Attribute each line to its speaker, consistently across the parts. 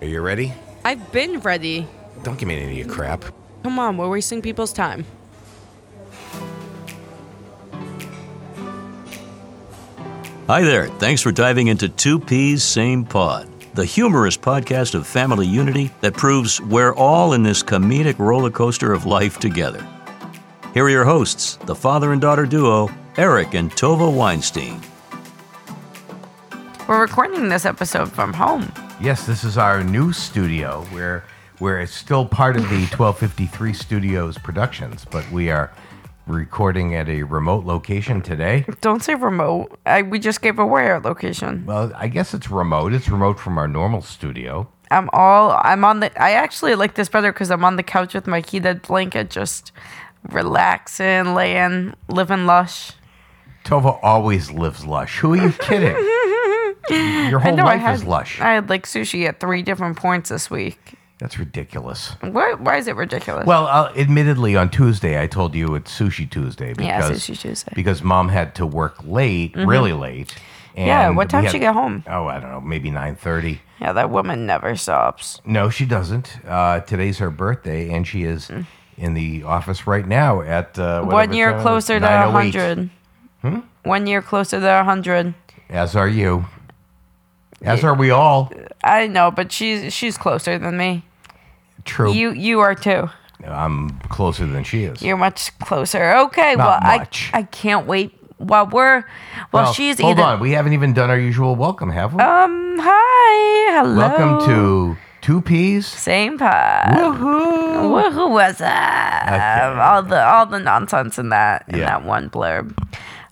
Speaker 1: Are you ready?
Speaker 2: I've been ready.
Speaker 1: Don't give me any of your crap.
Speaker 2: Come on, we're wasting people's time.
Speaker 3: Hi there. Thanks for diving into Two Peas, Same Pod, the humorous podcast of family unity that proves we're all in this comedic roller coaster of life together. Here are your hosts, the father and daughter duo, Eric and Tova Weinstein.
Speaker 4: We're recording this episode from home.
Speaker 1: Yes, this is our new studio where where it's still part of the 1253 Studios Productions, but we are recording at a remote location today.
Speaker 4: Don't say remote. I, we just gave away our location.
Speaker 1: Well, I guess it's remote. It's remote from our normal studio.
Speaker 4: I'm all. I'm on the. I actually like this better because I'm on the couch with my heated blanket, just relaxing, laying, living lush.
Speaker 1: Tova always lives lush. Who are you kidding? Your whole Oh, life
Speaker 4: had,
Speaker 1: is lush.
Speaker 4: I had like sushi at three different points this week.
Speaker 1: That's ridiculous.
Speaker 4: Why? Why is it ridiculous?
Speaker 1: Well, uh, admittedly, on Tuesday I told you it's Sushi Tuesday because
Speaker 4: Yeah, Sushi Tuesday.
Speaker 1: because mom had to work late, really late. And
Speaker 4: Mm-hmm. Yeah, what
Speaker 1: we
Speaker 4: time
Speaker 1: had-
Speaker 4: she get home?
Speaker 1: Oh, I don't know, maybe nine thirty.
Speaker 4: yeah, that woman never stops.
Speaker 1: No, she doesn't. Uh, today's her birthday, and she is in the office right now at uh,
Speaker 4: Mm. One
Speaker 1: whatever
Speaker 4: year
Speaker 1: time oh it is,
Speaker 4: closer to
Speaker 1: 9:08.
Speaker 4: hundred.
Speaker 1: Hmm?
Speaker 4: One year closer to hundred.
Speaker 1: As are you. As are we all.
Speaker 4: I know, but she's she's closer than me.
Speaker 1: True.
Speaker 4: You you are too.
Speaker 1: I'm closer than she is.
Speaker 4: You're much closer. Okay,
Speaker 1: Not
Speaker 4: well
Speaker 1: much.
Speaker 4: I I can't wait while we're while
Speaker 1: Well,
Speaker 4: she's
Speaker 1: hold
Speaker 4: either
Speaker 1: on. We haven't even done our usual welcome, have we?
Speaker 4: um hi hello
Speaker 1: Welcome to Two Peas.
Speaker 4: same pod.
Speaker 1: Woohoo!
Speaker 4: Woohoo was up?
Speaker 1: Okay.
Speaker 4: All the all the nonsense in that in
Speaker 1: Yeah.
Speaker 4: that one blurb.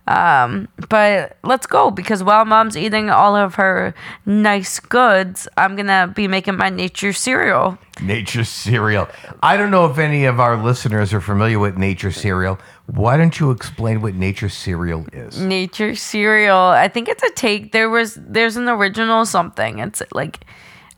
Speaker 4: Um, but let's go because while mom's eating all of her nice goods, I'm gonna be making my nature cereal.
Speaker 1: Nature Cereal. I don't know if any of our listeners are familiar with Nature Cereal. Why don't you explain what Nature Cereal is?
Speaker 4: Nature cereal. I think it's a take. There was there's an original something. It's like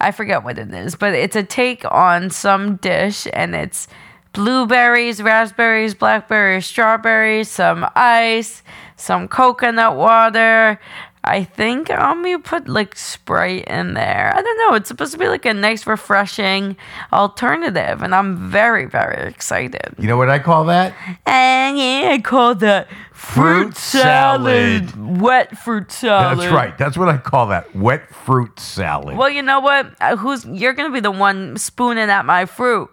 Speaker 4: I forget what it is, but it's a take on some dish and it's blueberries, raspberries, blackberries, strawberries, some ice, some coconut water. I think um you put like Sprite in there. I don't know. It's supposed to be like a nice refreshing alternative and I'm very very excited.
Speaker 1: You know what I call that?
Speaker 4: And yeah, I call that
Speaker 1: Fruit
Speaker 4: fruit salad. Wet fruit salad.
Speaker 1: That's right. That's what I call that. Wet fruit salad.
Speaker 4: Well, you know what? Uh, Who's you're gonna be the one spooning at my fruit?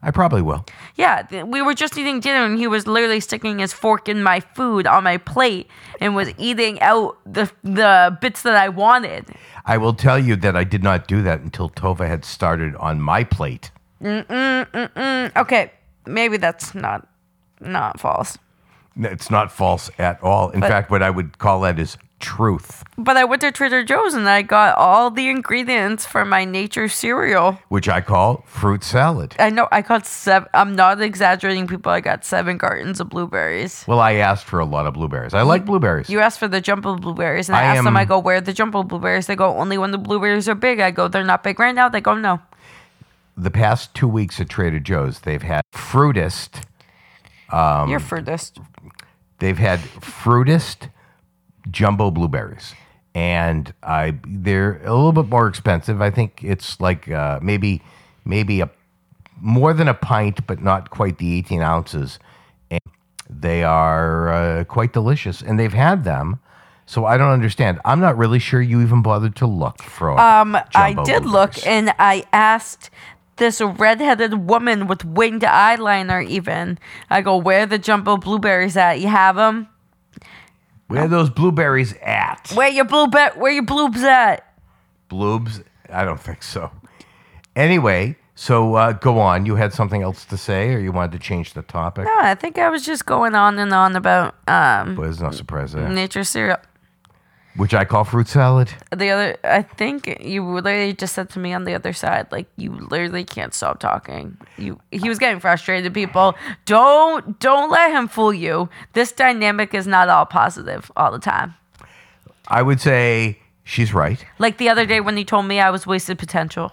Speaker 1: I probably will.
Speaker 4: Yeah, th- we were just eating dinner, and he was literally sticking his fork in my food on my plate, and was eating out the the bits that I wanted.
Speaker 1: I will tell you that I did not do that until Tova had started on my plate.
Speaker 4: Okay, maybe that's not not false,
Speaker 1: No, It's not false at all. In fact, what I would call that is truth,
Speaker 4: but I went to Trader Joe's and I got all the ingredients for my nature cereal.
Speaker 1: which I call fruit salad.
Speaker 4: I know I got seven. I'm not exaggerating, people. I got seven cartons of blueberries.
Speaker 1: Well, I asked for a lot of blueberries. I like blueberries.
Speaker 4: You asked for the jumbo blueberries, and I,
Speaker 1: I
Speaker 4: asked them. I
Speaker 1: am-
Speaker 4: go, "Where are the jumbo blueberries?" They go, "Only when the blueberries are big." I go, "They're not big right now." They go, "No."
Speaker 1: the past two weeks at Trader Joe's, they've had Fruitist. Um,
Speaker 4: You're furthest.
Speaker 1: They've had fruitist jumbo blueberries, and I they're a little bit more expensive. I think it's like uh, maybe maybe a more than a pint, but not quite the eighteen ounces. And they are uh, quite delicious, and they've had them. So I don't understand. I'm not really sure you even bothered to look for.
Speaker 4: Um, I
Speaker 1: jumbo
Speaker 4: did
Speaker 1: blueberries.
Speaker 4: look, and I asked this redheaded woman with winged eyeliner. Even I go, "Where are the jumbo blueberries at? You have them?
Speaker 1: Where are those blueberries at?
Speaker 4: Where your blue be- Where your bloobs at?"
Speaker 1: Bloobs? I don't think so. Anyway, so uh, go on. You had something else to say, or you wanted to change the topic?
Speaker 4: No, I think I was just going on and on about um
Speaker 1: Well, there's no surprise there.
Speaker 4: nature cereal.
Speaker 1: Which I call fruit salad.
Speaker 4: the other i think you literally just said to me on the other side like you literally can't stop talking you he was getting frustrated people don't don't let him fool you this dynamic is not all positive all the time
Speaker 1: I would say she's right.
Speaker 4: like the other day when he told me i was wasted potential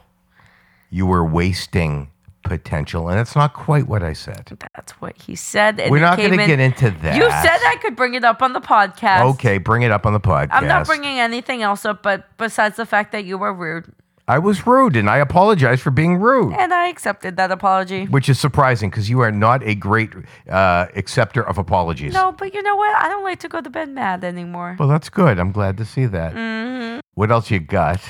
Speaker 1: You were wasting potential, and that's not quite what I said.
Speaker 4: that's what he said and
Speaker 1: We're
Speaker 4: it
Speaker 1: not
Speaker 4: came
Speaker 1: going to
Speaker 4: in-
Speaker 1: get into that.
Speaker 4: you said i could bring it up on the podcast
Speaker 1: Okay, bring it up on the podcast.
Speaker 4: i'm not bringing anything else up but besides the fact that you were rude
Speaker 1: I was rude and I apologize for being rude.
Speaker 4: And I accepted that apology.
Speaker 1: Which is surprising because you are not a great uh, acceptor of apologies.
Speaker 4: No, but you know what? I don't like to go to bed mad anymore.
Speaker 1: Well, that's good. I'm glad to see that. What else you got?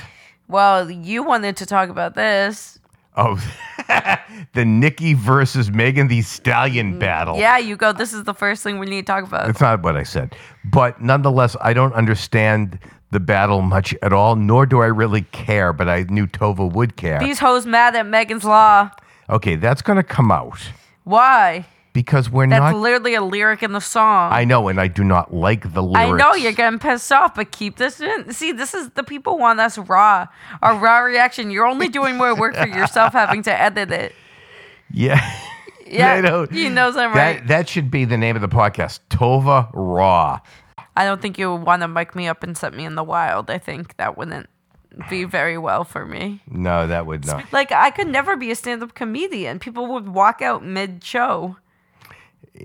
Speaker 4: Well, you wanted to talk about this.
Speaker 1: Oh, the Nikki versus Megan the Stallion battle.
Speaker 4: Mm, Yeah, you go. This is the first thing we need to talk about.
Speaker 1: That's not what I said. But nonetheless, I don't understand the battle much at all, nor do I really care, but I knew Tova would care.
Speaker 4: These hoes mad at Megan's Law.
Speaker 1: okay, that's going to come out
Speaker 4: Why?
Speaker 1: because we're
Speaker 4: That's
Speaker 1: not.
Speaker 4: literally a lyric in the song.
Speaker 1: I know, and I do not like the lyrics.
Speaker 4: I know you're getting pissed off, but keep this in. See, this is the people want us raw, a raw reaction. You're only doing more work for yourself having to edit it.
Speaker 1: Yeah.
Speaker 4: Yeah,
Speaker 1: I know.
Speaker 4: he knows I'm
Speaker 1: that,
Speaker 4: right.
Speaker 1: That should be the name of the podcast, Tova Raw.
Speaker 4: I don't think you want to mic me up and set me in the wild. I think that wouldn't be very well for me.
Speaker 1: No, that would not.
Speaker 4: Like I could never be a stand-up comedian. People would walk out mid-show.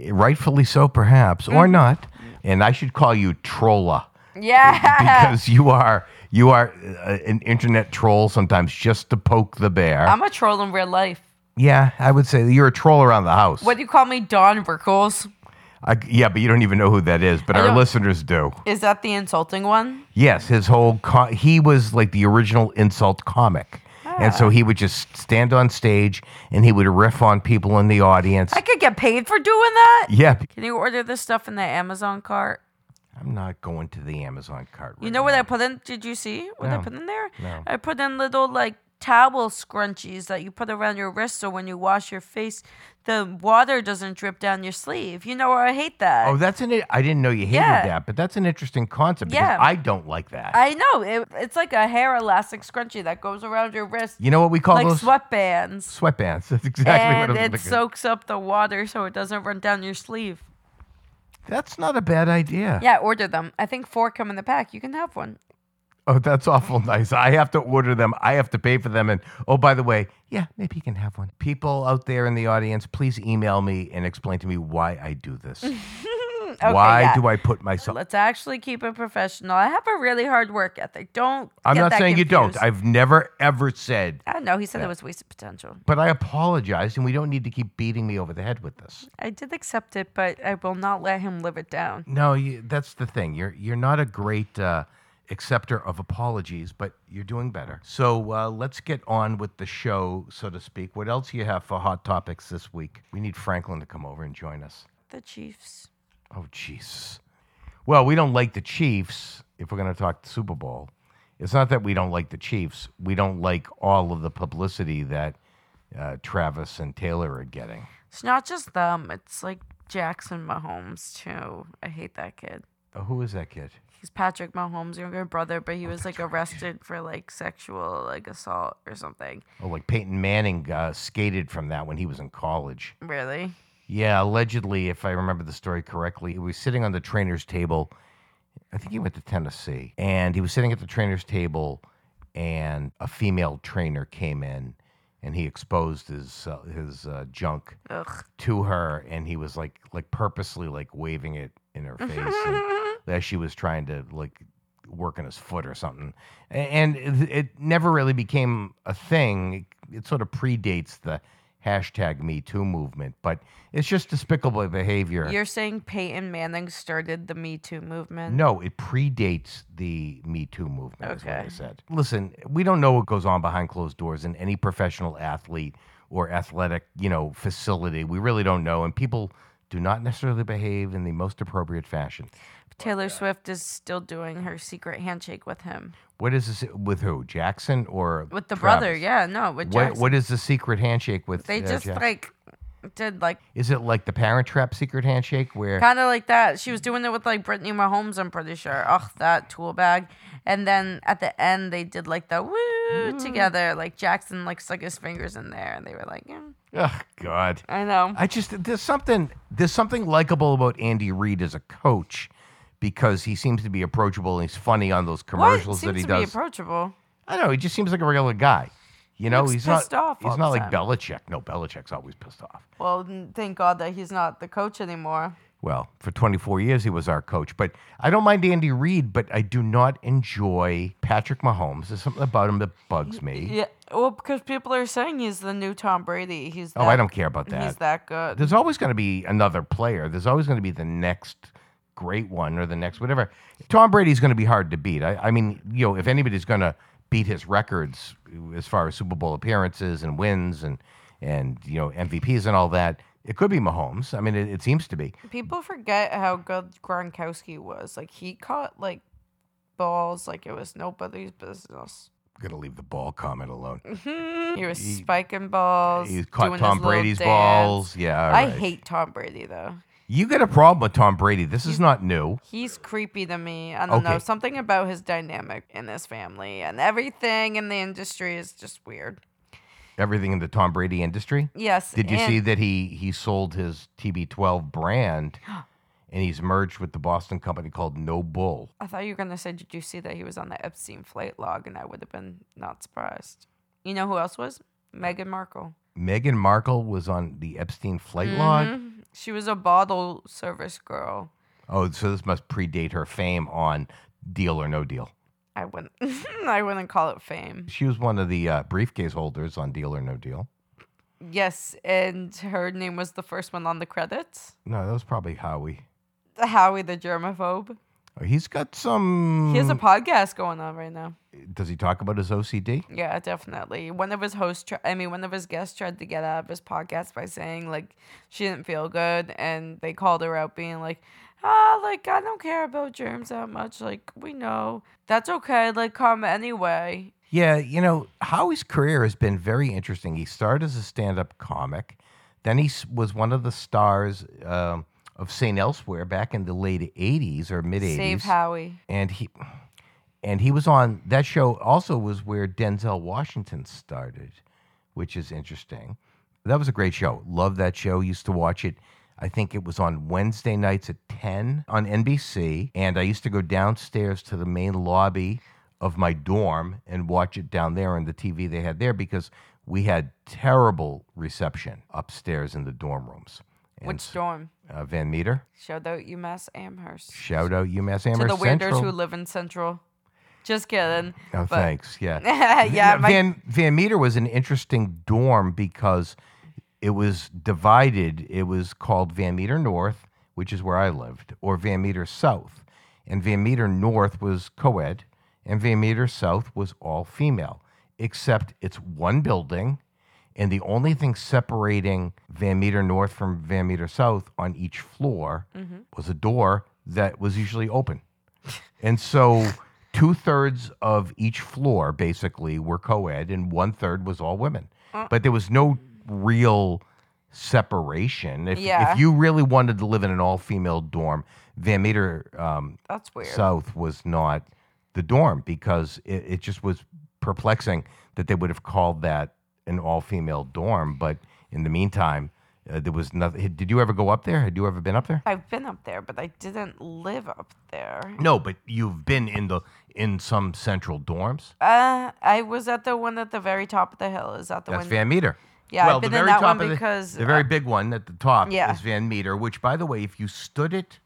Speaker 1: Rightfully so, perhaps, or
Speaker 4: Mm-hmm.
Speaker 1: not. And I should call you Trolla
Speaker 4: Yeah,
Speaker 1: because you are you are uh, an internet troll sometimes just to poke the bear.
Speaker 4: I'm a troll in real life.
Speaker 1: yeah, I would say that you're a troll around the house.
Speaker 4: What do you call me, Don Rickles?
Speaker 1: I, yeah, but you don't even know who that is, but
Speaker 4: I
Speaker 1: our
Speaker 4: don't-
Speaker 1: listeners do.
Speaker 4: Is that the insulting one?
Speaker 1: Yes, his whole co he was like the original insult comic. And
Speaker 4: Ah.
Speaker 1: so he would just stand on stage and he would riff on people in the audience.
Speaker 4: I could get paid for doing that.
Speaker 1: yeah,
Speaker 4: Can you order this stuff in the Amazon cart?
Speaker 1: I'm not going to the Amazon cart.
Speaker 4: You
Speaker 1: right
Speaker 4: know what
Speaker 1: now.
Speaker 4: I put in? Did you see what I
Speaker 1: No.
Speaker 4: put in there?
Speaker 1: No.
Speaker 4: I put in little like towel scrunchies that you put around your wrist so when you wash your face, the water doesn't drip down your sleeve. You know, I hate that.
Speaker 1: Oh, that's an. I didn't know you hated
Speaker 4: Yeah.
Speaker 1: that, but that's an interesting concept because
Speaker 4: Yeah.
Speaker 1: I don't like that.
Speaker 4: I know. It, it's like a hair elastic scrunchie that goes around your wrist,
Speaker 1: you know what we call
Speaker 4: like
Speaker 1: those
Speaker 4: sweatbands.
Speaker 1: sweatbands. That's exactly
Speaker 4: And
Speaker 1: what I'm
Speaker 4: it
Speaker 1: thinking.
Speaker 4: soaks up the water so it doesn't run down your sleeve.
Speaker 1: that's not a bad idea.
Speaker 4: Yeah, order them. I think four come in the pack. You can have one.
Speaker 1: Oh, that's awful nice. I have to order them. I have to pay for them. And oh, by the way, yeah, maybe you can have one. People out there in the audience, please email me and explain to me why I do this.
Speaker 4: Okay,
Speaker 1: why
Speaker 4: yeah.
Speaker 1: do I put myself?
Speaker 4: Let's actually keep it professional. I have a really hard work ethic. Don't.
Speaker 1: I'm
Speaker 4: get
Speaker 1: not
Speaker 4: that
Speaker 1: saying you don't.
Speaker 4: confused.
Speaker 1: I've never ever said,
Speaker 4: I know he said it was wasted potential.
Speaker 1: but I apologize, and we don't need to keep beating me over the head with this.
Speaker 4: I did accept it, but I will not let him live it down.
Speaker 1: No, you, that's the thing. You're you're not a great uh, acceptor of apologies, but you're doing better. So uh, let's get on with the show, so to speak. What else you have for hot topics this week? We need Franklin to come over and join us.
Speaker 4: The Chiefs.
Speaker 1: Oh, Jesus. Well, we don't like the Chiefs if we're going to talk Super Bowl. It's not that we don't like the Chiefs. We don't like all of the publicity that uh, Travis and Taylor are getting.
Speaker 4: It's not just them. It's like Jackson Mahomes too. I hate that kid.
Speaker 1: Oh, who is that kid?
Speaker 4: He's Patrick Mahomes' younger brother, but he was like arrested for like sexual like assault or something.
Speaker 1: Oh, like Peyton Manning uh, skated from that when he was in college.
Speaker 4: Really?
Speaker 1: Yeah, allegedly, if I remember the story correctly, he was sitting on the trainer's table. I think he went to Tennessee, and he was sitting at the trainer's table, and a female trainer came in, and he exposed his uh, his uh, junk
Speaker 4: Ugh.
Speaker 1: to her, and he was like like purposely like waving it in her face and, as she was trying to like work on his foot or something, A- and it, it never really became a thing. It, it sort of predates the hashtag Me Too movement, but it's just despicable behavior.
Speaker 4: You're saying Peyton Manning started the Me Too movement?
Speaker 1: No, it predates the Me Too movement, is what I
Speaker 4: Okay.
Speaker 1: said. Listen, we don't know what goes on behind closed doors in any professional athlete or athletic, you know, facility. We really don't know. And people do not necessarily behave in the most appropriate fashion.
Speaker 4: Taylor Swift is still doing her secret handshake with him.
Speaker 1: What is this with who? Jackson or
Speaker 4: With the
Speaker 1: Travis?
Speaker 4: brother, yeah, no, with
Speaker 1: What,
Speaker 4: Jackson.
Speaker 1: what is the secret handshake with?
Speaker 4: they
Speaker 1: uh,
Speaker 4: just
Speaker 1: Jack-
Speaker 4: like did like
Speaker 1: Is it like the Parent Trap secret handshake where?
Speaker 4: kind of like that. She was doing it with like Brittany Mahomes, I'm pretty sure. Ugh, that tool bag. And then at the end, they did like the
Speaker 1: Mm-hmm.
Speaker 4: woo together. Like Jackson like stuck his fingers in there, and they were like, "Mm,
Speaker 1: Oh God.
Speaker 4: I know.
Speaker 1: I just there's something there's something likable about Andy Reid as a coach because he seems to be approachable and he's funny on those
Speaker 4: What?
Speaker 1: commercials
Speaker 4: Seems
Speaker 1: that he
Speaker 4: to be
Speaker 1: does.
Speaker 4: approachable.
Speaker 1: I don't know he just seems like a regular guy. You know,
Speaker 4: looks
Speaker 1: he's
Speaker 4: pissed
Speaker 1: not
Speaker 4: off all
Speaker 1: he's
Speaker 4: the
Speaker 1: not like
Speaker 4: time.
Speaker 1: Belichick. No, Belichick's always pissed off.
Speaker 4: Well, n- thank God that he's not the coach anymore.
Speaker 1: well, for 24 years, he was our coach. But I don't mind Andy Reid, but I do not enjoy Patrick Mahomes. There's something about him that bugs me.
Speaker 4: Yeah. Well, because people are saying he's the new Tom Brady. He's
Speaker 1: Oh, I don't care about that.
Speaker 4: He's that good.
Speaker 1: There's always going to be another player. There's always going to be the next great one or the next whatever. Tom Brady's going to be hard to beat. I, I mean, you know, if anybody's going to beat his records uh, as far as Super Bowl appearances and wins and and you know MVPs and all that, it could be Mahomes. I mean, it, it seems to be.
Speaker 4: People forget how good Gronkowski was. Like he caught like balls like it was nobody's business.
Speaker 1: I'm going to leave the ball comment alone.
Speaker 4: He was spiking balls.
Speaker 1: He caught
Speaker 4: doing his
Speaker 1: Tom
Speaker 4: little
Speaker 1: Brady's
Speaker 4: dance.
Speaker 1: balls. Yeah, all
Speaker 4: I
Speaker 1: right.
Speaker 4: hate Tom Brady though.
Speaker 1: You get a problem with Tom Brady. This is not new.
Speaker 4: He's creepy to me. I don't know.
Speaker 1: Okay.
Speaker 4: Something about his dynamic in his family and everything in the industry is just weird.
Speaker 1: Everything in the Tom Brady industry.
Speaker 4: Yes.
Speaker 1: Did you
Speaker 4: and-
Speaker 1: see that he he sold his TB12 brand and he's merged with the Boston company called No Bull?
Speaker 4: I thought you were gonna say, did you see that he was on the Epstein flight log, and I would have been not surprised. You know who else was? Meghan Markle.
Speaker 1: Meghan Markle was on the Epstein flight
Speaker 4: Mm-hmm.
Speaker 1: log.
Speaker 4: She was a bottle service girl.
Speaker 1: Oh, so this must predate her fame on Deal or No Deal.
Speaker 4: I wouldn't. I wouldn't call it fame.
Speaker 1: She was one of the uh, briefcase holders on Deal or No Deal.
Speaker 4: Yes, and her name was the first one on the credits.
Speaker 1: No, that was probably Howie.
Speaker 4: Howie the germaphobe.
Speaker 1: Oh, He's got some.
Speaker 4: He has a podcast going on right now.
Speaker 1: Does he talk about his OCD?
Speaker 4: Yeah, definitely. One of his hosts, tr- I mean, one of his guests tried to get out of his podcast by saying, like, she didn't feel good. And they called her out, being like, ah, like, I don't care about germs that much. Like, we know. That's okay. Like, come anyway.
Speaker 1: Yeah, you know, Howie's career has been very interesting. He started as a stand up comic, then he s- was one of the stars um, of St. Elsewhere back in the late 80s or mid 80s.
Speaker 4: Save Howie.
Speaker 1: And he. And he was on that show. Also, was where Denzel Washington started, which is interesting. That was a great show. Love that show. Used to watch it. I think it was on Wednesday nights at ten on NBC. And I used to go downstairs to the main lobby of my dorm and watch it down there on the TV they had there because we had terrible reception upstairs in the dorm rooms. And
Speaker 4: Which storm?
Speaker 1: uh, Van Meter?
Speaker 4: Shout out UMass Amherst.
Speaker 1: Shout out UMass
Speaker 4: to
Speaker 1: Amherst
Speaker 4: the weirders
Speaker 1: Central.
Speaker 4: who live in Central. Just kidding.
Speaker 1: Oh,
Speaker 4: But-
Speaker 1: thanks. Yeah.
Speaker 4: yeah, my,
Speaker 1: Van Van Meter was an interesting dorm because it was divided. It was called Van Meter North, which is where I lived, or Van Meter South. And Van Meter North was co ed, and Van Meter South was all female, except it's one building. And the only thing separating Van Meter North from Van Meter South on each floor
Speaker 4: Mm-hmm.
Speaker 1: was a door that was usually open. And so two thirds of each floor basically were co ed, and one third was all women.
Speaker 4: Uh.
Speaker 1: But there was no real separation. If,
Speaker 4: Yeah.
Speaker 1: if you really wanted to live in an all female dorm, Van Meter um,
Speaker 4: that's weird.
Speaker 1: South was not the dorm because it, it just was perplexing that they would have called that an all female dorm. But in the meantime, uh, there was nothing. Did you ever go up there? Had you ever been up there?
Speaker 4: I've been up there, but I didn't live up there.
Speaker 1: No, but you've been in the in some central dorms.
Speaker 4: Uh, I was at the one at the very top of the hill. Is that the
Speaker 1: That's
Speaker 4: one?
Speaker 1: Van Meter.
Speaker 4: Yeah, I've
Speaker 1: well,
Speaker 4: been
Speaker 1: the
Speaker 4: in
Speaker 1: very
Speaker 4: that
Speaker 1: top
Speaker 4: one
Speaker 1: of the,
Speaker 4: because, uh,
Speaker 1: the very big one at the top
Speaker 4: yeah.
Speaker 1: is Van Meter, which, by the way, if you stood it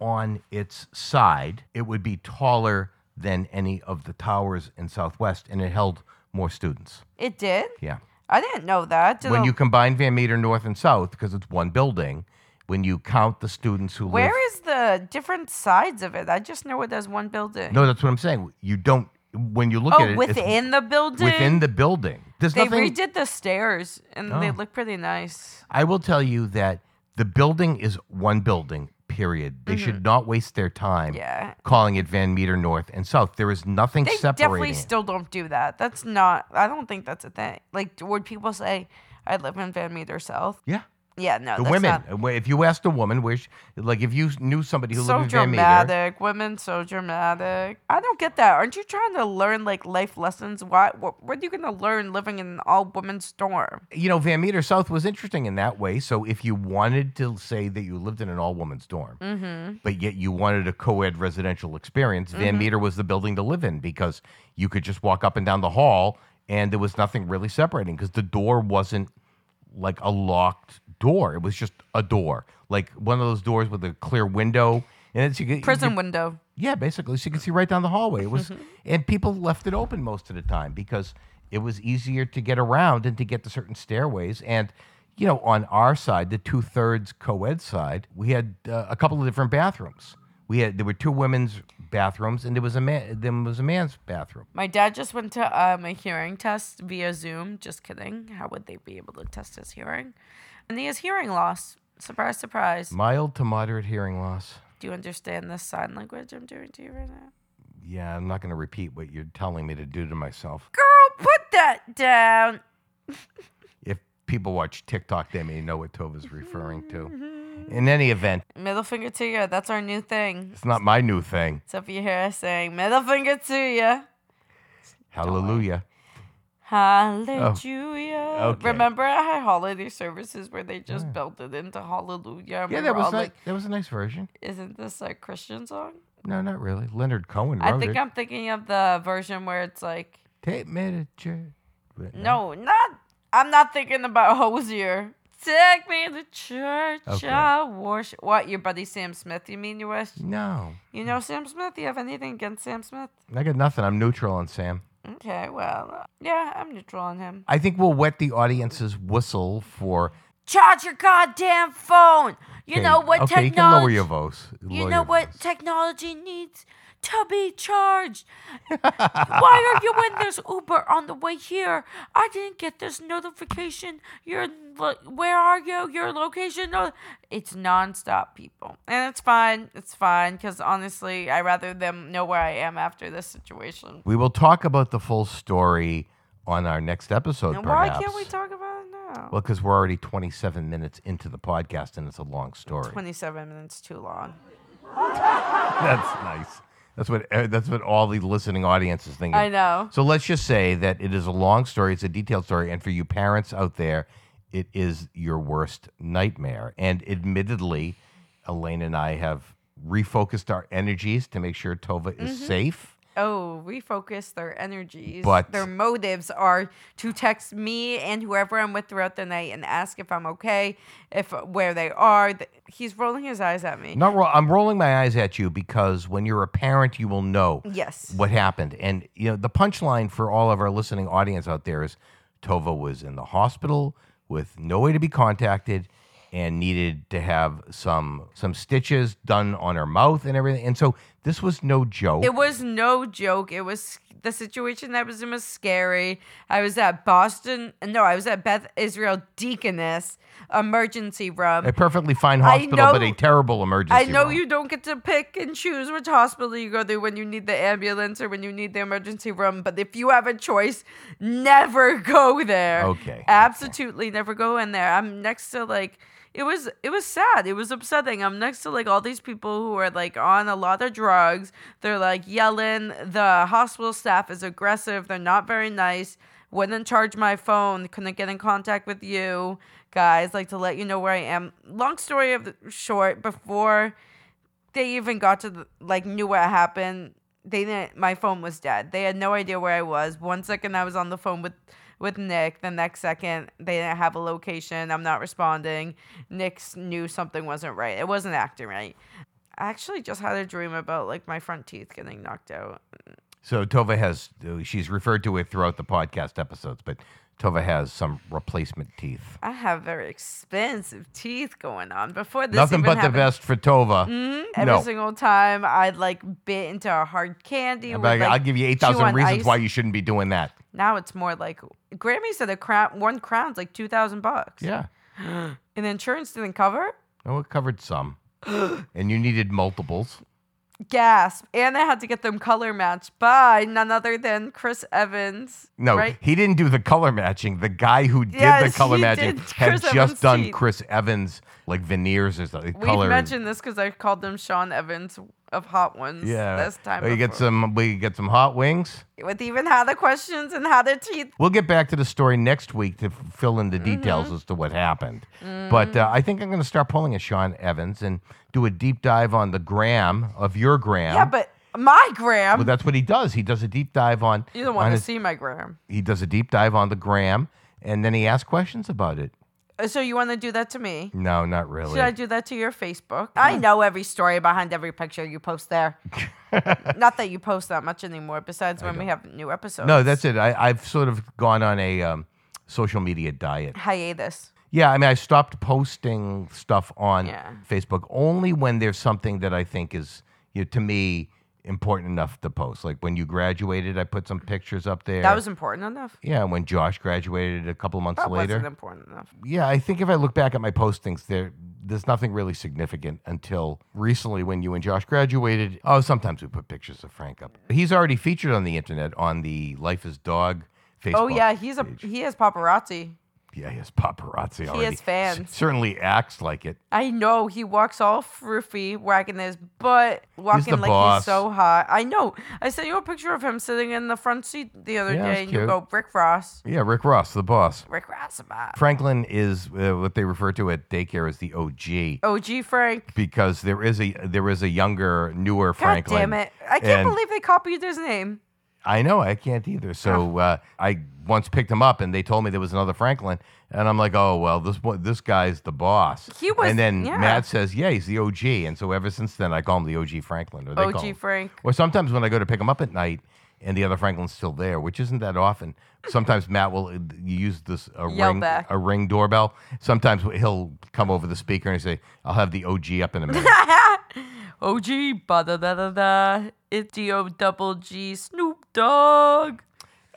Speaker 1: on its side, it would be taller than any of the towers in Southwest, and it held more students.
Speaker 4: It did.
Speaker 1: Yeah.
Speaker 4: I didn't know that. Did
Speaker 1: When
Speaker 4: a-
Speaker 1: you combine Van Meter North and South, because it's one building, when you count the students who live,
Speaker 4: where is the different sides of it? I just know it as one building.
Speaker 1: no, that's what I'm saying. You don't when you look at
Speaker 4: oh,
Speaker 1: it it's
Speaker 4: within the building.
Speaker 1: within the building. There's
Speaker 4: They
Speaker 1: nothing.
Speaker 4: redid the stairs, and they
Speaker 1: Oh.
Speaker 4: look pretty nice.
Speaker 1: I will tell you that the building is one building, period. They should not waste their time
Speaker 4: Mm-hmm. Yeah.
Speaker 1: calling it Van Meter North and South. There is nothing
Speaker 4: They
Speaker 1: separating.
Speaker 4: definitely
Speaker 1: it.
Speaker 4: still don't do that. That's not. I don't think that's a thing. Like, would people say, "I live in Van Meter South"?
Speaker 1: yeah.
Speaker 4: Yeah, no.
Speaker 1: The
Speaker 4: that's
Speaker 1: women,
Speaker 4: not-
Speaker 1: uh, if you asked a woman, where she, like if you knew somebody who
Speaker 4: so
Speaker 1: lived in Van Meter,
Speaker 4: dramatic. Women so dramatic. I don't get that. Aren't you trying to learn like life lessons? Why? What, what are you gonna learn living in an all woman storm?
Speaker 1: you know, Van Meter South was interesting in that way. So if you wanted to say that you lived in an all woman's dorm, but yet you wanted a co ed residential experience, Van Meter was the building to live in because you could just walk up and down the hall and there was nothing really separating because the door wasn't like a locked door. It was just a door, like one of those doors with a clear window. And it's you could-
Speaker 4: Prison
Speaker 1: you-
Speaker 4: window.
Speaker 1: yeah, basically, so you could see right down the hallway. It was, and people left it open most of the time because it was easier to get around and to get to certain stairways. And you know, on our side, the two thirds co-ed side, we had uh, a couple of different bathrooms. We had there were two women's bathrooms, and there was a man. Then was a man's bathroom.
Speaker 4: My dad just went to um, a hearing test via Zoom. Just kidding. How would they be able to test his hearing? And he has hearing loss. Surprise, surprise.
Speaker 1: Mild to moderate hearing loss.
Speaker 4: Do you understand the sign language I'm doing to you right now?
Speaker 1: Yeah, I'm not going to repeat what you're telling me to do to myself.
Speaker 4: Girl, put that down.
Speaker 1: If people watch TikTok, they may know what Tova's referring to. In any event,
Speaker 4: Middle finger to you. That's our new thing.
Speaker 1: it's not my new thing.
Speaker 4: So if you hear us saying middle finger to you,
Speaker 1: Hallelujah.
Speaker 4: hallelujah.
Speaker 1: Oh, okay.
Speaker 4: Remember I had holiday services where they just belted into hallelujah.
Speaker 1: Yeah, that was like that was a nice version.
Speaker 4: isn't this a Christian song?
Speaker 1: No, not really. Leonard Cohen wrote
Speaker 4: I think
Speaker 1: it.
Speaker 4: I'm thinking of the version where it's like,
Speaker 1: Take me to church. But
Speaker 4: no, not. I'm not thinking about Hosier. Take me to church.
Speaker 1: Okay.
Speaker 4: I worship. What, your buddy Sam Smith? You mean you wish?
Speaker 1: No,
Speaker 4: You know Sam Smith? You have anything against Sam Smith?
Speaker 1: I got nothing. I'm neutral on Sam.
Speaker 4: Okay, well, uh, yeah, I'm neutral on him.
Speaker 1: I think we'll wet the audience's whistle for.
Speaker 4: Charge your goddamn phone. You
Speaker 1: Okay,
Speaker 4: know what
Speaker 1: Okay,
Speaker 4: technology?
Speaker 1: you can lower your voice.
Speaker 4: You
Speaker 1: Lower
Speaker 4: know
Speaker 1: your
Speaker 4: what
Speaker 1: voice.
Speaker 4: technology needs to be charged. Why are you in this Uber on the way here? I didn't get this notification. You're where are you? Your location? No, it's nonstop, people, and it's fine. It's fine because honestly, I rather them know where I am after this situation.
Speaker 1: we will talk about the full story on our next episode.
Speaker 4: And why
Speaker 1: perhaps.
Speaker 4: can't we talk about it now?
Speaker 1: Well, because we're already 27 minutes into the podcast and it's a long story.
Speaker 4: Twenty-seven minutes too long.
Speaker 1: That's nice. That's what eh, that's what all the listening audience is thinking.
Speaker 4: I know.
Speaker 1: So let's just say that it is a long story. It's a detailed story, and for you parents out there, it is your worst nightmare. And admittedly, Elaine and I have refocused our energies to make sure Tova is
Speaker 4: Mm-hmm.
Speaker 1: safe.
Speaker 4: Oh, refocus their energies.
Speaker 1: But-
Speaker 4: their motives are to text me and whoever I'm with throughout the night and ask if I'm okay, if where they are. Th- He's rolling his eyes at me.
Speaker 1: Not ro- I'm rolling my eyes at you because when you're a parent, you will know
Speaker 4: Yes.
Speaker 1: what happened. And you know, the punchline for all of our listening audience out there is Tova was in the hospital with no way to be contacted and needed to have some some stitches done on her mouth and everything. And so this was no joke.
Speaker 4: It was no joke. It was the situation I was in was scary. I was at Boston. No, I was at Beth Israel Deaconess emergency room.
Speaker 1: a perfectly fine
Speaker 4: I
Speaker 1: hospital, but
Speaker 4: know-
Speaker 1: a terrible emergency.
Speaker 4: I know
Speaker 1: room.
Speaker 4: you don't get to pick and choose which hospital you go to when you need the ambulance or when you need the emergency room, but if you have a choice, never go there.
Speaker 1: Okay,
Speaker 4: Absolutely never go in there. I'm next to like it was it was sad. It was upsetting. I'm next to like all these people who are like on a lot of drugs. They're like yelling. The hospital staff is aggressive. They're not very nice. Wouldn't charge my phone. Couldn't get in contact with you guys. Like to let you know where I am. Long story of the short. Before they even got to the, like knew what happened they didn't my phone was dead they had no idea where i was one second i was on the phone with with nick the next second they didn't have a location i'm not responding nick's knew something wasn't right it wasn't acting right i actually just had a dream about like my front teeth getting knocked out
Speaker 1: So Tova has she's referred to it throughout the podcast episodes, but Tova has some replacement teeth.
Speaker 4: i have very expensive teeth going on before this
Speaker 1: Nothing
Speaker 4: even
Speaker 1: but
Speaker 4: happened, Mm,
Speaker 1: the best for Tova.
Speaker 4: every
Speaker 1: no.
Speaker 4: single time i'd like bit into a hard candy
Speaker 1: I'm
Speaker 4: would,
Speaker 1: like,
Speaker 4: like,
Speaker 1: I'll give you
Speaker 4: chew
Speaker 1: eight thousand
Speaker 4: on
Speaker 1: reasons
Speaker 4: ice.
Speaker 1: why you shouldn't be doing that.
Speaker 4: Now it's more like Grammy said a crown, one crown's like two thousand bucks.
Speaker 1: Yeah.
Speaker 4: and insurance didn't cover. it?
Speaker 1: Oh, it covered some. and you needed multiples.
Speaker 4: Gasp! And I had to get them color matched by none other than Chris Evans.
Speaker 1: No,
Speaker 4: right?
Speaker 1: he didn't do the color matching. The guy who did
Speaker 4: Yes,
Speaker 1: the color
Speaker 4: he
Speaker 1: matching
Speaker 4: did
Speaker 1: had
Speaker 4: Chris
Speaker 1: just
Speaker 4: Evans'
Speaker 1: done
Speaker 4: teeth.
Speaker 1: Chris Evans like veneers or something.
Speaker 4: We've
Speaker 1: color.
Speaker 4: mentioned this because I called them Sean Evans of Hot Ones.
Speaker 1: yeah.
Speaker 4: this time
Speaker 1: we get
Speaker 4: before.
Speaker 1: some. We get some hot wings.
Speaker 4: with even how the questions and how their teeth.
Speaker 1: We'll get back to the story next week to f- fill in the
Speaker 4: Mm-hmm.
Speaker 1: details as to what happened.
Speaker 4: Mm.
Speaker 1: But uh, I think I'm going to start pulling a Sean Evans and do a deep dive on the gram of your gram.
Speaker 4: Yeah, but my gram.
Speaker 1: Well, that's what he does. He does a deep dive on.
Speaker 4: you don't
Speaker 1: on
Speaker 4: want to
Speaker 1: his-
Speaker 4: see my gram.
Speaker 1: he does a deep dive on the gram and then he asks questions about it.
Speaker 4: Uh, So you want to do that to me?
Speaker 1: No, not really.
Speaker 4: Should I do that to your Facebook? I know every story behind every picture you post there. Not that you post that much anymore, besides when we have new episodes.
Speaker 1: no, that's it. I, I've sort of gone on a um, social media diet.
Speaker 4: hiatus.
Speaker 1: Yeah, I mean, I stopped posting stuff on
Speaker 4: Yeah.
Speaker 1: Facebook only when there's something that I think is, you know, to me, important enough to post. Like when you graduated, I put some pictures up there.
Speaker 4: That was important enough.
Speaker 1: yeah. When Josh graduated a couple months
Speaker 4: That
Speaker 1: later,
Speaker 4: wasn't important enough.
Speaker 1: yeah, I think if I look back at my postings, there there's nothing really significant until recently when you and Josh graduated. Oh, sometimes we put pictures of Frank up. He's already featured on the internet on the Life is Dog Facebook.
Speaker 4: Oh yeah, he's a he is paparazzi.
Speaker 1: yeah, he has paparazzi already.
Speaker 4: has fans.
Speaker 1: C- certainly acts like it.
Speaker 4: I know he walks all fruity, wagging his butt, walking like
Speaker 1: boss.
Speaker 4: he's so hot. I know. I sent you a picture of him sitting in the front seat the other
Speaker 1: Yeah,
Speaker 4: day,
Speaker 1: that's
Speaker 4: and you
Speaker 1: cute.
Speaker 4: go Rick Ross,
Speaker 1: Yeah, Rick Ross, the boss.
Speaker 4: Rick Ross about
Speaker 1: Franklin is uh, what they refer to at daycare as the OG
Speaker 4: OG Frank.
Speaker 1: because there is a there is a younger, newer Franklin.
Speaker 4: God damn it! I can't
Speaker 1: And-
Speaker 4: believe they copied his name.
Speaker 1: I know I can't either. So uh, I once picked him up, and they told me there was another Franklin, and I'm like, oh well, this one, this guy's the boss.
Speaker 4: He was-
Speaker 1: and then
Speaker 4: yeah.
Speaker 1: Matt says, yeah, he's the OG, and so ever since then, I call him the OG Franklin, or they call him.
Speaker 4: OG Frank.
Speaker 1: Or sometimes when I go to pick him up at night. And the other Franklin's still there, which isn't that often. Sometimes Matt will uh, use this a
Speaker 4: Yell
Speaker 1: ring
Speaker 4: back.
Speaker 1: a ring doorbell. Sometimes he'll come over the speaker and say, "I'll have the OG up in a minute."
Speaker 4: OG, ba da da da da. It's D O double G Snoop Dogg.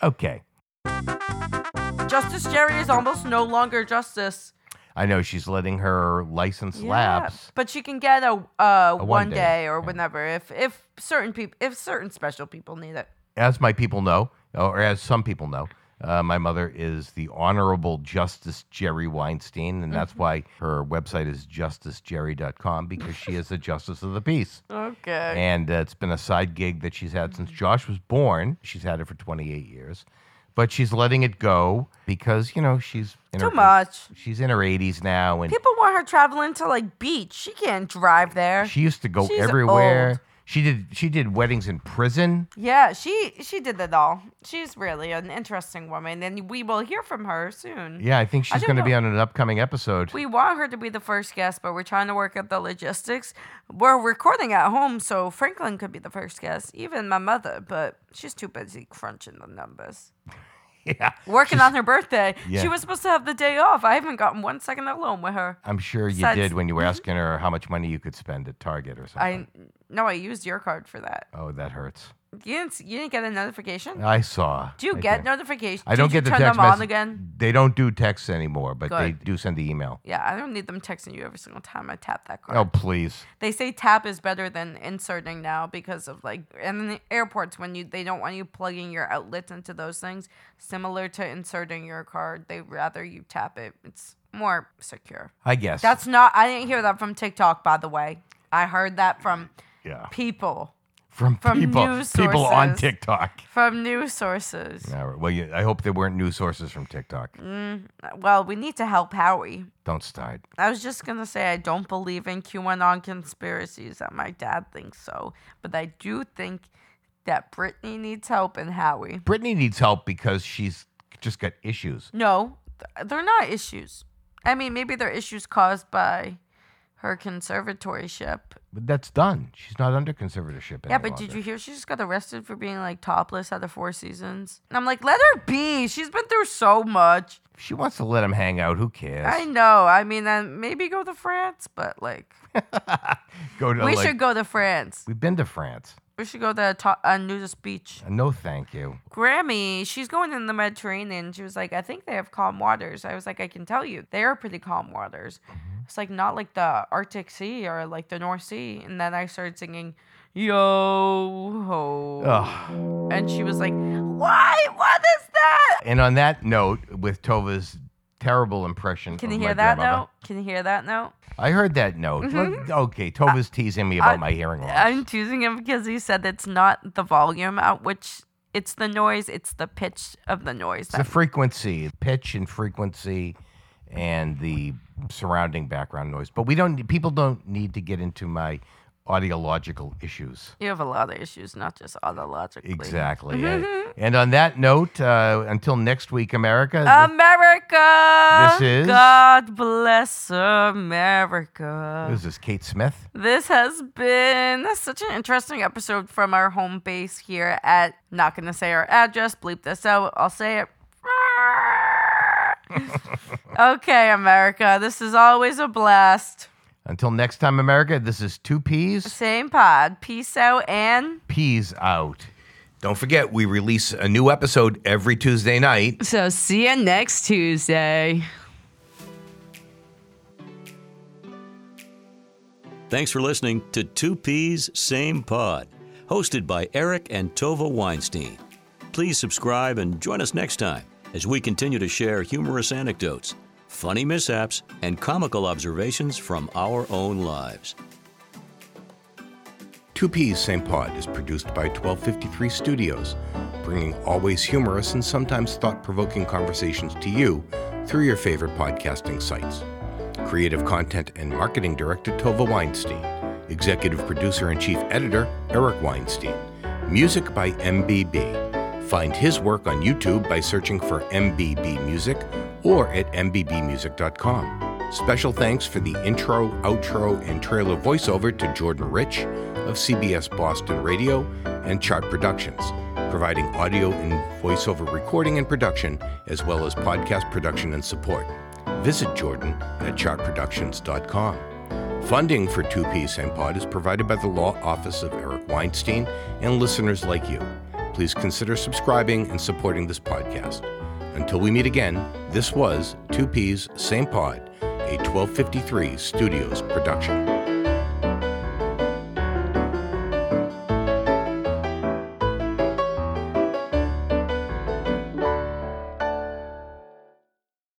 Speaker 1: okay,
Speaker 4: Justice Jerry is almost no longer justice.
Speaker 1: I know she's letting her license lapse.
Speaker 4: But she can get a, uh, one,
Speaker 1: one
Speaker 4: day,
Speaker 1: day,
Speaker 4: or
Speaker 1: yeah.
Speaker 4: whenever if if certain people if certain special people need it.
Speaker 1: as my people know, or as some people know, uh, my mother is the Honorable Justice Jerry Weinstein, and
Speaker 4: Mm-hmm.
Speaker 1: that's why her website is justicejerry.com because she is a justice of the peace.
Speaker 4: Okay.
Speaker 1: And uh, it's been a side gig that she's had
Speaker 4: Mm-hmm.
Speaker 1: since Josh was born. She's had it for 28 years, but she's letting it go because, you know, she's in
Speaker 4: Too
Speaker 1: her,
Speaker 4: much.
Speaker 1: She's in her 80s now, and
Speaker 4: People want her traveling to like beach. She can't drive there.
Speaker 1: she used to go
Speaker 4: She's
Speaker 1: everywhere.
Speaker 4: old.
Speaker 1: She did. She did weddings in prison.
Speaker 4: yeah, she she did it all. She's really an interesting woman, and we will hear from her soon.
Speaker 1: Yeah, I think she's
Speaker 4: don't
Speaker 1: going to
Speaker 4: know.
Speaker 1: be on an upcoming episode.
Speaker 4: We want her to be the first guest, but we're trying to work out the logistics. We're recording at home, so Franklin could be the first guest, even my mother, but she's too busy crunching the numbers.
Speaker 1: yeah.
Speaker 4: Working on her birthday.
Speaker 1: Yeah.
Speaker 4: She was supposed to have the day off. I haven't gotten one second alone with her.
Speaker 1: I'm sure you
Speaker 4: Besides-
Speaker 1: did when you were asking her how much money you could spend at Target or something.
Speaker 4: Mm-hmm. I no, I used your card for that.
Speaker 1: oh, that hurts.
Speaker 4: You didn't you didn't get a notification?
Speaker 1: I saw.
Speaker 4: Do you
Speaker 1: I
Speaker 4: get
Speaker 1: did.
Speaker 4: notifications?
Speaker 1: I don't
Speaker 4: Did you
Speaker 1: get the
Speaker 4: turn
Speaker 1: text
Speaker 4: them
Speaker 1: message.
Speaker 4: on again?
Speaker 1: They don't do texts anymore, but they
Speaker 4: Good.
Speaker 1: do send the email.
Speaker 4: Yeah, I don't need them texting you every single time I tap that card.
Speaker 1: Oh, please.
Speaker 4: They say tap is better than inserting now because of like and in the airports when you they don't want you plugging your outlets into those things similar to inserting your card. They rather you tap it. It's more secure.
Speaker 1: I guess.
Speaker 4: That's not. I didn't hear that from TikTok, by the way. I heard that from
Speaker 1: yeah.
Speaker 4: people,
Speaker 1: From,
Speaker 4: from
Speaker 1: people,
Speaker 4: news
Speaker 1: people on
Speaker 4: sources.
Speaker 1: TikTok.
Speaker 4: from news sources.
Speaker 1: All right. Well, you, I hope there weren't news sources from TikTok.
Speaker 4: Mm. Well, we need to help Howie.
Speaker 1: Don't start.
Speaker 4: I was just gonna say I don't believe in QAnon conspiracies. That my dad thinks so, but I do think that Brittany needs help and Howie.
Speaker 1: Brittany needs help because she's just got issues.
Speaker 4: No, th- they're not issues. I mean, maybe they're issues caused by her conservatorship.
Speaker 1: But that's done. She's not under conservatorship
Speaker 4: Yeah,
Speaker 1: any
Speaker 4: but did
Speaker 1: longer.
Speaker 4: you hear she just got arrested for being like topless at the Four Seasons? And I'm like, let her be. She's been through so much.
Speaker 1: If She wants to let him hang out. Who cares?
Speaker 4: I know. I mean, uh, maybe go to France, but like,
Speaker 1: go to
Speaker 4: we
Speaker 1: like-
Speaker 4: should go to France.
Speaker 1: We've been to France.
Speaker 4: We should go to a, to- a nudist beach.
Speaker 1: No, thank you.
Speaker 4: Grammy, she's going in the Mediterranean. She was like, I think they have calm waters. I was like, I can tell you, they are pretty calm waters.
Speaker 1: Mm-hmm.
Speaker 4: It's like not like the Arctic Sea or like the North Sea. And then I started singing, Yo ho.
Speaker 1: Ugh.
Speaker 4: And she was like, Why? What is that?
Speaker 1: And on that note, with Tova's terrible impression,
Speaker 4: Can
Speaker 1: of
Speaker 4: you
Speaker 1: my
Speaker 4: hear that
Speaker 1: grandmother-
Speaker 4: note? Can you hear that note?
Speaker 1: I heard that note. Let- Okay, Tova's teasing me about
Speaker 4: I-
Speaker 1: my hearing loss.
Speaker 4: I'm choosing him because he said it's not the volume at which it's the noise, it's the pitch of the noise.
Speaker 1: it's the frequency, pitch and frequency, and the surrounding background noise. But we don't. People don't need to get into my audiological issues.
Speaker 4: You have a lot of issues, not just autologically.
Speaker 1: Exactly. And-
Speaker 4: Mm-hmm.
Speaker 1: and on that note, uh, until next week, America.
Speaker 4: Um, America.
Speaker 1: This is-
Speaker 4: God bless America.
Speaker 1: this is Kate Smith.
Speaker 4: This has been such an interesting episode from our home base here at not gonna say our address, bleep this out, I'll say it. okay, America, this is always a blast.
Speaker 1: Until next time, America. This is Two Peas.
Speaker 4: Same pod. Peace out and
Speaker 1: Peas out. Don't forget, we release a new episode every Tuesday night.
Speaker 4: so see you next Tuesday.
Speaker 3: Thanks for listening to Two Peas Same Pod, hosted by Eric and Tova Weinstein. Please subscribe and join us next time as we continue to share humorous anecdotes, funny mishaps, and comical observations from our own lives.
Speaker 1: Two Peas Same Pod is produced by 1253 Studios, bringing always humorous and sometimes thought provoking conversations to you through your favorite podcasting sites. Creative content and marketing director Tova Weinstein, executive producer and chief editor Eric Weinstein, music by MBB. Find his work on YouTube by searching for MBB Music or at MBBMusic.com. Special thanks for the intro, outro, and trailer voiceover to Jordan Rich of CBS Boston Radio and Chart Productions, providing audio and voiceover recording and production, as well as podcast production and support. Visit Jordan at chartproductions.com. Funding for Two Piece and Pod is provided by the Law Office of Eric Weinstein and listeners like you. Please consider subscribing and supporting this podcast. Until we meet again, this was Two Peas Same Pod, a 1253 Studios production.